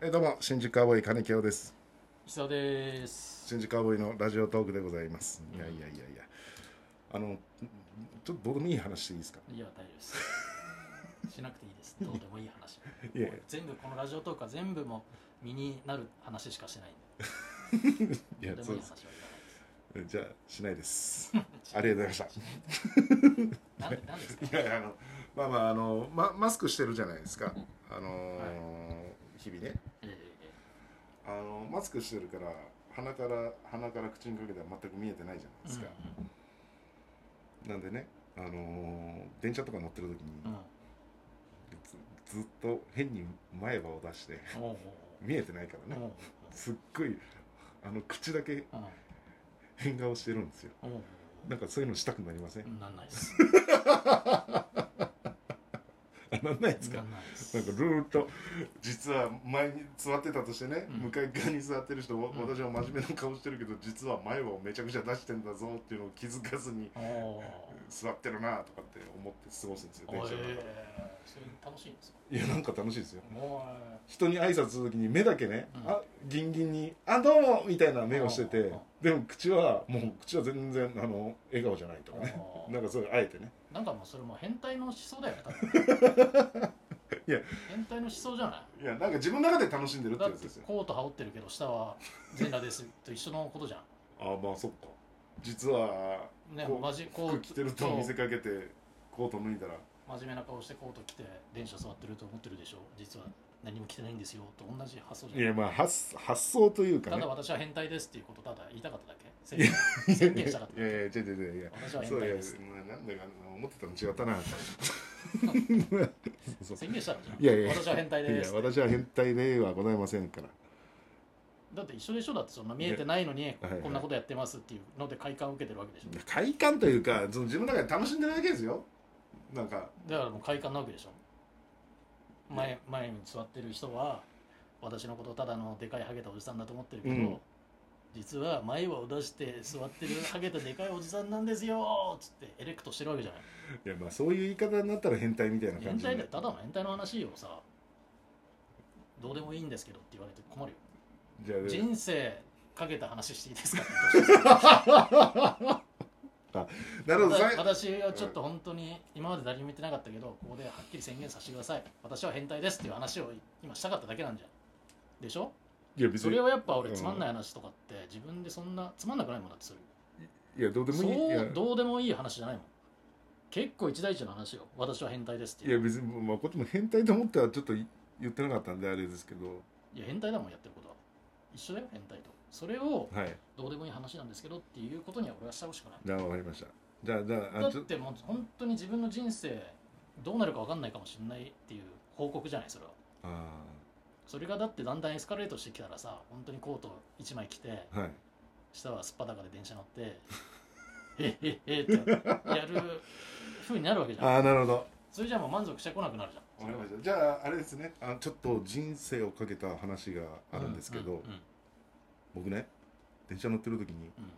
えどうも新宿アボーイ金清です久です。新宿アボーイのラジオトークでございますいやいやいやいやあのちょっとどうでもいい話していいですかいや、大丈夫です。 しなくていいです。どうでもいい話。いやいや全部このラジオトークは全部もう身になる話しかしないんいで。やどうでそもういでい話はいすじゃあしないです らないです。ありがとうございまた。なんでなん ですか。いやいやあのまあまああのまマスクしてるじゃないですかあのーはい日々ねええあのマスクしてるから鼻から鼻から口にかけては全く見えてないじゃないええですか、なんでねあのー電車とか乗ってる時に、うんうんずずっと変に前歯を出してうん。おう見えてないからおうおうね、おうすっごいあの口だけうん変顔してるんですよおうおうなんかそういうのしたくなりません、うんなんないです。あなんないですか、なんないです。なんかずーっと実は前に座ってたとしてね、うん向かい側に座ってる人、わうん私は真面目な顔してるけど実は前歯をめちゃくちゃ出してんだぞっていうのを気づかずにおお。座ってるなとかって思って過ごすんですよ電車の中ええそれ楽しいんですか。いやなんか楽しいですよも人に挨拶する時に目だけね、うんあギンギンに「あどうも」みたいな目をしてうんうてんうんでも口はもう口は全然あの笑顔じゃないとかね うなんかそれあえてねなんかもうそれもう変態の思想だよ。多分 いや変態の思想じゃない。いやなんか自分の中で楽しんでるってだやっつてですよコート羽織ってるけど下は全裸ですと一緒のことじゃあまあそっか実はんねこうマジこ服う着てると見せかけてコート脱いだらそう真面目な顔してコート着て電車座ってると思ってるでしょ実は何も着てないんですよと同じ発想いじゃんやまあ発発想というかたねだ私は変態ですっていうことをただ言いたかっただけ宣言したかっいたやいや違う違う違ういや私はそう変い態やですなんだか思ってたの違ったな そうそう宣言したらじゃんいやいや私は変い態でやすって私は変態ではございませんからだって一緒でしょだってそんな見えてないのにはいはいこんなことやってますっていうので快感を受けてるわけでしょ快感というかその自分の中で楽しんでるだけですよなんかだからもう快感なわけでしょうん前前に座ってる人は私のことをただのでかいハゲたおじさんだと思ってるけど、うん実は前歯を出して座ってるハゲたでかいおじさんなんですよっつってエレクトしてるわけじゃないいやまあそういう言い方になったら変態みたいな感変じに態なだよただの変態の話をさどうでもいいんですけどって言われて困るよじゃあ人生かけた話していいですかって なるほどさい私はちょっと本当に今まで誰にも言ってなかったけどここではっきり宣言させてください私は変態ですっていう話を今したかっただけなんじゃんでしょいや別そにれはやっぱ俺つまんない話とかって自分でそんなつまんなくないもんだってそれいやどうでもいいいやそうどうでもいい話じゃないもん結構一大事の話よ私は変態ですっていいやう別にまあこっちも変態と思ってはちょっと言ってなかったんであれですけどいや変態だもんやってることは一緒だよ変態とそれをはいどうでもいい話なんですけどっていうことには俺はしてほしくないじゃあわかりましたじゃあじゃあだあっちょてもう本当に自分の人生どうなるか分かんないかもしれないっていう報告じゃないそれはあそれがだってだんだんエスカレートしてきたらさ本当にコート1枚着てーはい下はすっぱだかで電車乗って 「へっへっへ」ってやるふうになるわけじゃんああなるほどそれじゃもう満足してこなくなるじゃんわかりましたじゃああれですねあちょっと人生をかけた話があるんですけど、うんうん僕ね電車乗ってる時にうん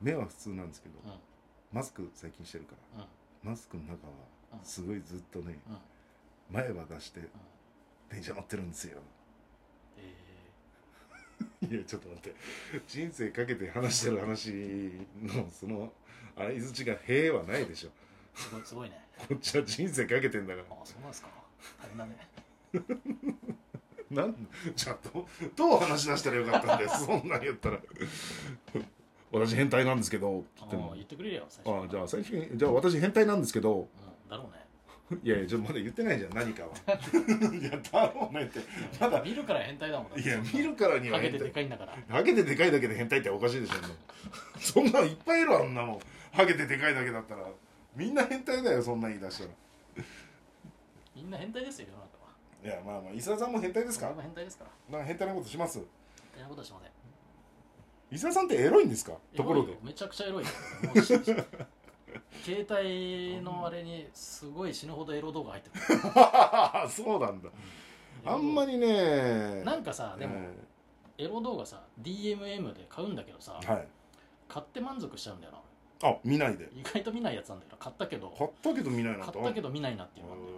目は普通なんですけど、うんマスク最近してるからうんマスクの中はうんすごいずっとねうんうん前歯出して電車乗ってるんですよえいやちょっと待って人生かけて話してる話のその相づちが「へえ」はないでしょーすごいすごいねこっちは人生かけてんだかああそうなんですか大変だねらなんじゃあどうどう話し出したらよかったんです そんなん言ったら「私変態なんですけど」ってあ言あっても言ってくれりゃ最「ああ初じゃああ最初にじゃあ私変態なんですけど」だろうねいやいやちょっとまだ言ってないじゃん何かは いやだろうねってまだ見るから変態だもんだっていや見るからにはかけ変て態でかいんだからハゲてでかいだけで変態っておかしいでしょ そんなそんなのいっぱいいるわあんなもんハゲてでかいだけだったらみんな変態だよそんなん言い出したらみんな変態ですよ世の中はいやまあまあ伊沢さんも変態ですか俺も変態ですからなんか変態なことします変態なことはしません伊沢さんってエロいんですかところエロでいよめちゃくちゃエロいよもうし携帯のあれにすごい死ぬほどエロ動画入ってくる そうなんだあんまりりねなんかさでもえエロ動画さ DMM で買うんだけどさーはい買って満足しちゃうんだよなあ見ないで意外と見ないやつなんだよな買ったけど買ったけど見ないな買とったけどど見ないなっていうのがあって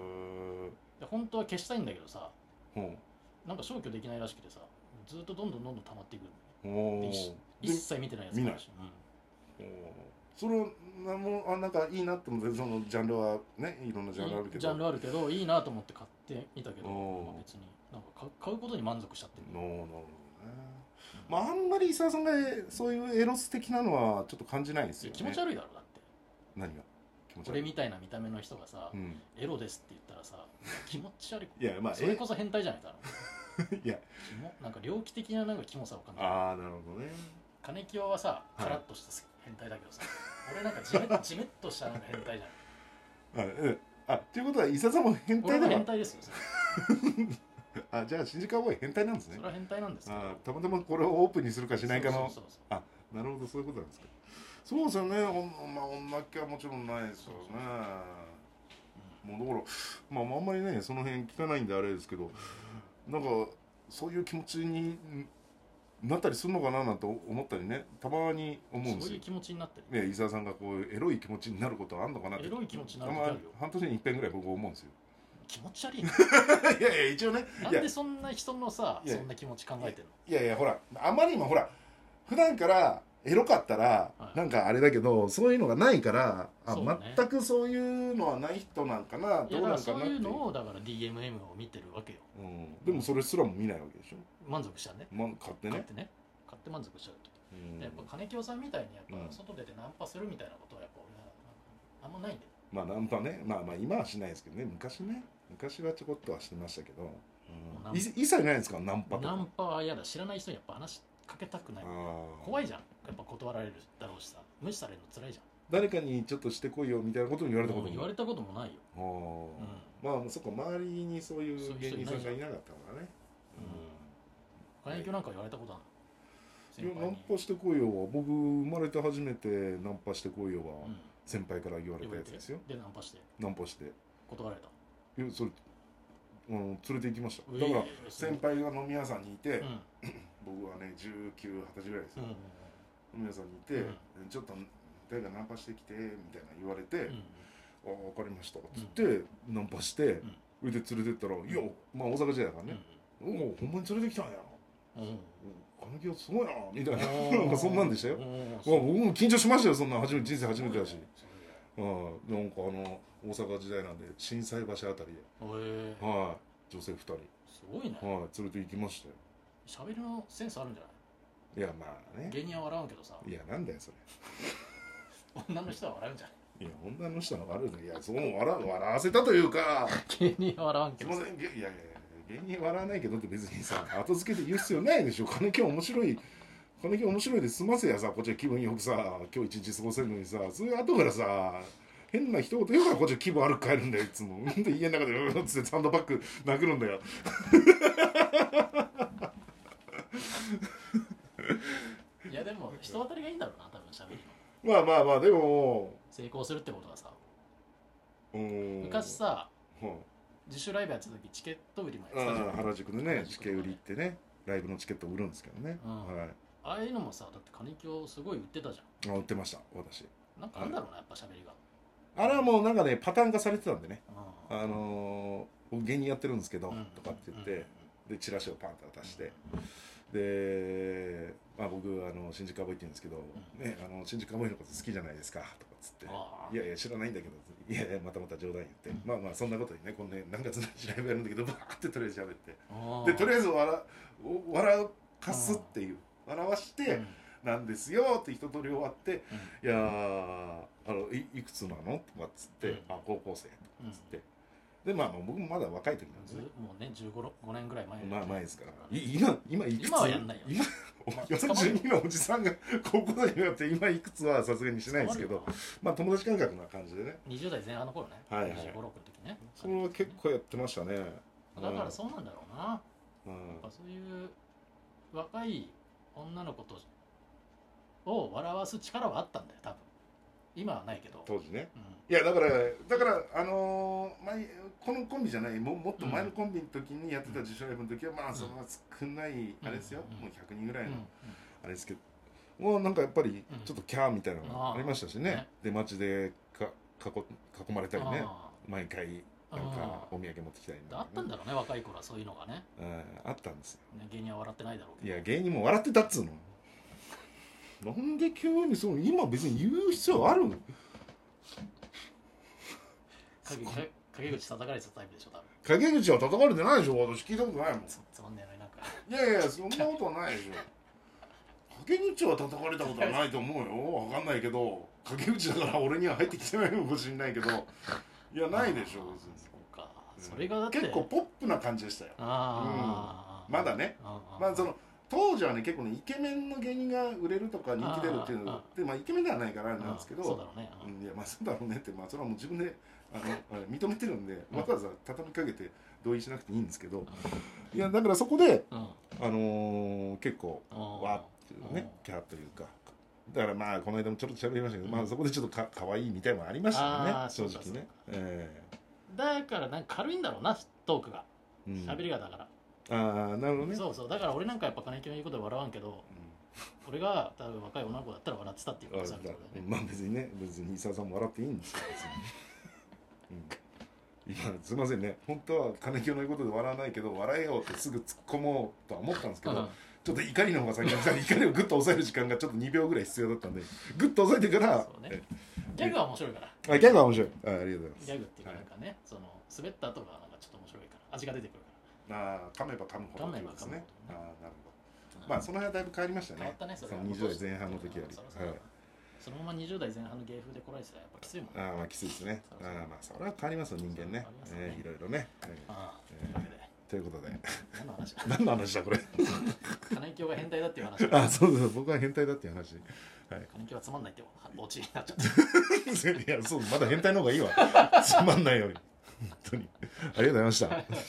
で本当は消したいんだけどさなんか消去できないらしくてさずっとどんどんどんどん溜まっていくのおでお一で一切見てないやつ見ないもあるしうんおーそれをなんもあなんかいいなって思ってそのジャンルはねいろんなジャンルあるけどジャンルあるけどいいなと思って買ってみたけど、おーまあ別になんか買う買うことに満足しちゃってなる、るほどねまああんまり伊沢さんがそういうエロス的なのはちょっと感じないんですよ、ね、気持ち悪いだろだって何が気持ち悪俺いみたいな見た目の人がさ、うん、エロですって言ったらさ気持ち悪いいやまあそれこそ変態じゃないだろえ いやキモなんか猟奇的ななんかキモさを感じるああなるほどね金清はさいカラッとした変態だけどさ、俺なんかじ めじめっとしたなんか変態じあゃんうんあということは伊沢さんも変俺態はだ変わ態ですよそれあじゃあ新宿アボーイ変態なんですそねれは変態なんですけどあーたまたまこれをオープンにするかしないかのそうそうそうなるほどそういうことなんですかそうですよねほんまあ女っ気はもちろんないですよねもうだからまあまああんまりねその辺聞かないんであれですけどなんかそういう気持ちになったりするのかななんて思ったりねたまに思うんそでうそうすいよう気持ちになってるね伊沢さんがこうエロい気持ちになることはあんのかなってエロい気持ちになたるま時あるよ半年に一遍ぐらい僕思うんですよ 気持ち悪いないやいや一応ねないやんでそんな人のさいやそんな気持ち考えてんのいやいやほらあまりにもほら普段からエロかったら、はいなんかあれだけどそういうのがないからあ、そうね全くそういうのはない人なんかないやどうなだからんかそなうっていいううのをだから DMM を見てるわけようんでもそれすらも見ないわけでしょ、満足しちゃうねまあ、買って買っね、てね買って満足しちゃうとうんでやっぱ金清さんみたいにやっうんぱ外出てナンパするみたいなことはやっぱ俺はなんかあんまないんだよまあナンパねまあまあ今はしないですけどね昔ね昔はちょこっとはしてましたけど、うん、い一切ないですからナンパとかナンパは嫌だ知らない人にやっぱ話しかけたくない怖いいじゃんやっぱ断られるだろうしさ無視されるの辛いじゃ誰かにちょっとしてこいよみたいなことも言われんたこともう言われたこともないよ、あーうんまあそっか周りにそういう芸人さんがいなかったからね金清なんか言われたことあうるんのいやナンにパしてこいよは僕生まれて初めてナンパしてこいよはうん先輩から言われた言われやてつですよでナンパしてナンパして断られたいやそれあの連れて行きましたうだえからえ先輩が飲み屋さんにいてうんうん僕はね1920歳ぐらいですうよん飲み屋さんにいてうんちょっと誰かナンパしてきてみたいな言われてうんうんああ分かりましたっつってナンパしてんそれで連れてったら「いやまあ大阪時代だからねおおほんまに連れてきたんや」うんうん金木はすごいなみたいな うなんかそんなんでしたようまあんうん僕も緊張しましたよそんな初めて人生初めてだしそううんなんかあの大阪時代なんで心斎橋あたりでそうへえはい女性2人すごいねはい連れて行きましたよ喋りのセンスあるんじゃないやまあねい芸人は笑うけどさいやなんだよそ女の人は笑うんじゃないれいや女の人は悪いのいやそう笑笑わせたというか芸人は笑わんすけいどまさせんげいやいやいや芸人笑わないけどって別にさ後付けで言う必要ないでしょ金木面白い金木面白いで済ませやさこっちは気分よくさ今日一日過ごせるのにさそういう後からさ変な一言言うからこっちは気分悪く帰るんだよいつも で家の中でうーんっつってサンドバッグ殴るんだよいやでも人当たりがいいんだろうな多分喋りのまあまあまあでも成功するってことはさうーん昔さはい自主ライブやってた時チケット売りもやってたじゃあんあ原宿でね原宿のねチケ売りってねライブのチケット売るんですけどね、うんはいああいうのもさだって金京すごい売ってたじゃあ売ってました私んなんかあるんだろうなやっぱ喋りがあれはもうなんかねパターン化されてたんでねうんあのー僕芸人やってるんですけど、うんとかって言っうんうてでん、チラシをパンと渡して、で、まあ、僕あの新宿アボイって言うんですけど、うんね、あの新宿アボイのこと好きじゃないですかとかっつってああいやいや知らないんだけどいやいやまたまた冗談言って、うんまあまあそんなことにねこんね何月何日ライブやるんだけどバーってとりあえず喋ってうんでとりあえず笑お笑かすっていう笑わして、うんなんですよって一通り終わってう「んいやーあのいいくつなの?」とかっつって「うんあ高校生」とかうんっつってでまあまあ僕もまだ若い時なんですずねもうね15年ぐらい前まあ前ですからい今今いくつ今はやんないよ今42のおじさんが高校生になって今いくつはさすがにしないですけどまあ友達感覚な感じでね20代前半の頃ねはいはい2 5 6の時ねそれは結構やってましたねだからそそうなんだろうなうんうんやっぱそういう若い女の子とを笑わす力はあったんだよ多分今はないけど、当時ねうんいやだからだからあのー前このコンビじゃないももっと前のコンビの時にやってた自主ライブの時は、まあそんな少ないあれですよ、うんもう100人ぐらいの、うんあれですけどもうなんかやっぱりうんちょっとキャーみたいなのがありましたしね,、ああねで街でか囲っ囲まれたりねあ毎回なんかうお土産持ってきたりあったんだろうね若い頃はそういうのがねうんあったんですよね芸人は笑ってないだろういけどや芸人も笑ってたっつうのなんで急にその今別に言う必要ある陰陰陰口叩かれてたタイプでしょ多分陰口は叩かれてないでしょ私聞いたことないもんつつまんねえのになんいかやいやそんなことはないでしょ陰口は叩かれたことはないと思うよわかんないけど陰口だから俺には入ってきてないのかもしれないけどいやないでしょ別にそうかうんそれがだって結構ポップな感じでしたよああまだねまあそのの当時はね結構ねイケメンの芸人が売れるとか人気出るっていうのでまあイケメンではないからあれなんですけどそうだろうねうんうんいやまあそうだろうねって、まあ、それはもう自分で あのあ認めてるんでわざわざ畳みかけて同意しなくていいんですけどいやだからそこで、うんあのー結構うんわーっていうねキャラというかだからまあこの間もちょっと喋りましたけど、うんまあ、そこでちょっとかかわいいみたいもありましたよあねー正そうか直ね。えだからなんか軽いんだろうなトークがえうん、喋りがだから、ああなるほどねそうそうだから俺なんかやっぱ金木の言うことで笑わんけど俺が多分若い女の子だったら笑ってたっていううんこあとだだよねまあ別にね別に伊沢さんも笑っていいんですよ別に、うん、今すいませんね本当は金清の言うことで笑わないけど笑えようってすぐ突っ込もうとは思ったんですけど、うんちょっと怒りの方が先に 来たんで怒りをグッと抑える時間がちょっと2秒ぐらい必要だったんでグッと抑えてからそうねギャグは面白いからえあギャグは面白いあありがとうごギざいャグっていうかなんかね、その滑った後がなんかちょっと面白いから味が出てくるますあー噛めば噛むほどってことですね噛めば噛むほどねあーなるから、ほどまあその辺はだいぶ変わりましたね変わったねそれはの20代前半の時ようんりそろそろはいそのまま20代前半の芸風で来られてたらやっぱきついもんねああまあきついですねそああろそろまあそれは変わりますよ人間ねそうそう変わりますよねえーいろいろね、えーああ、えーというわけでということで何の話 何の話だこれ金井教が変態だっていう 話あそうそう僕は変態だっていう 話金井教はつまんないってオチになっちゃったいやそうまだ変態の方がいいわつまんないように本当にありがとうございました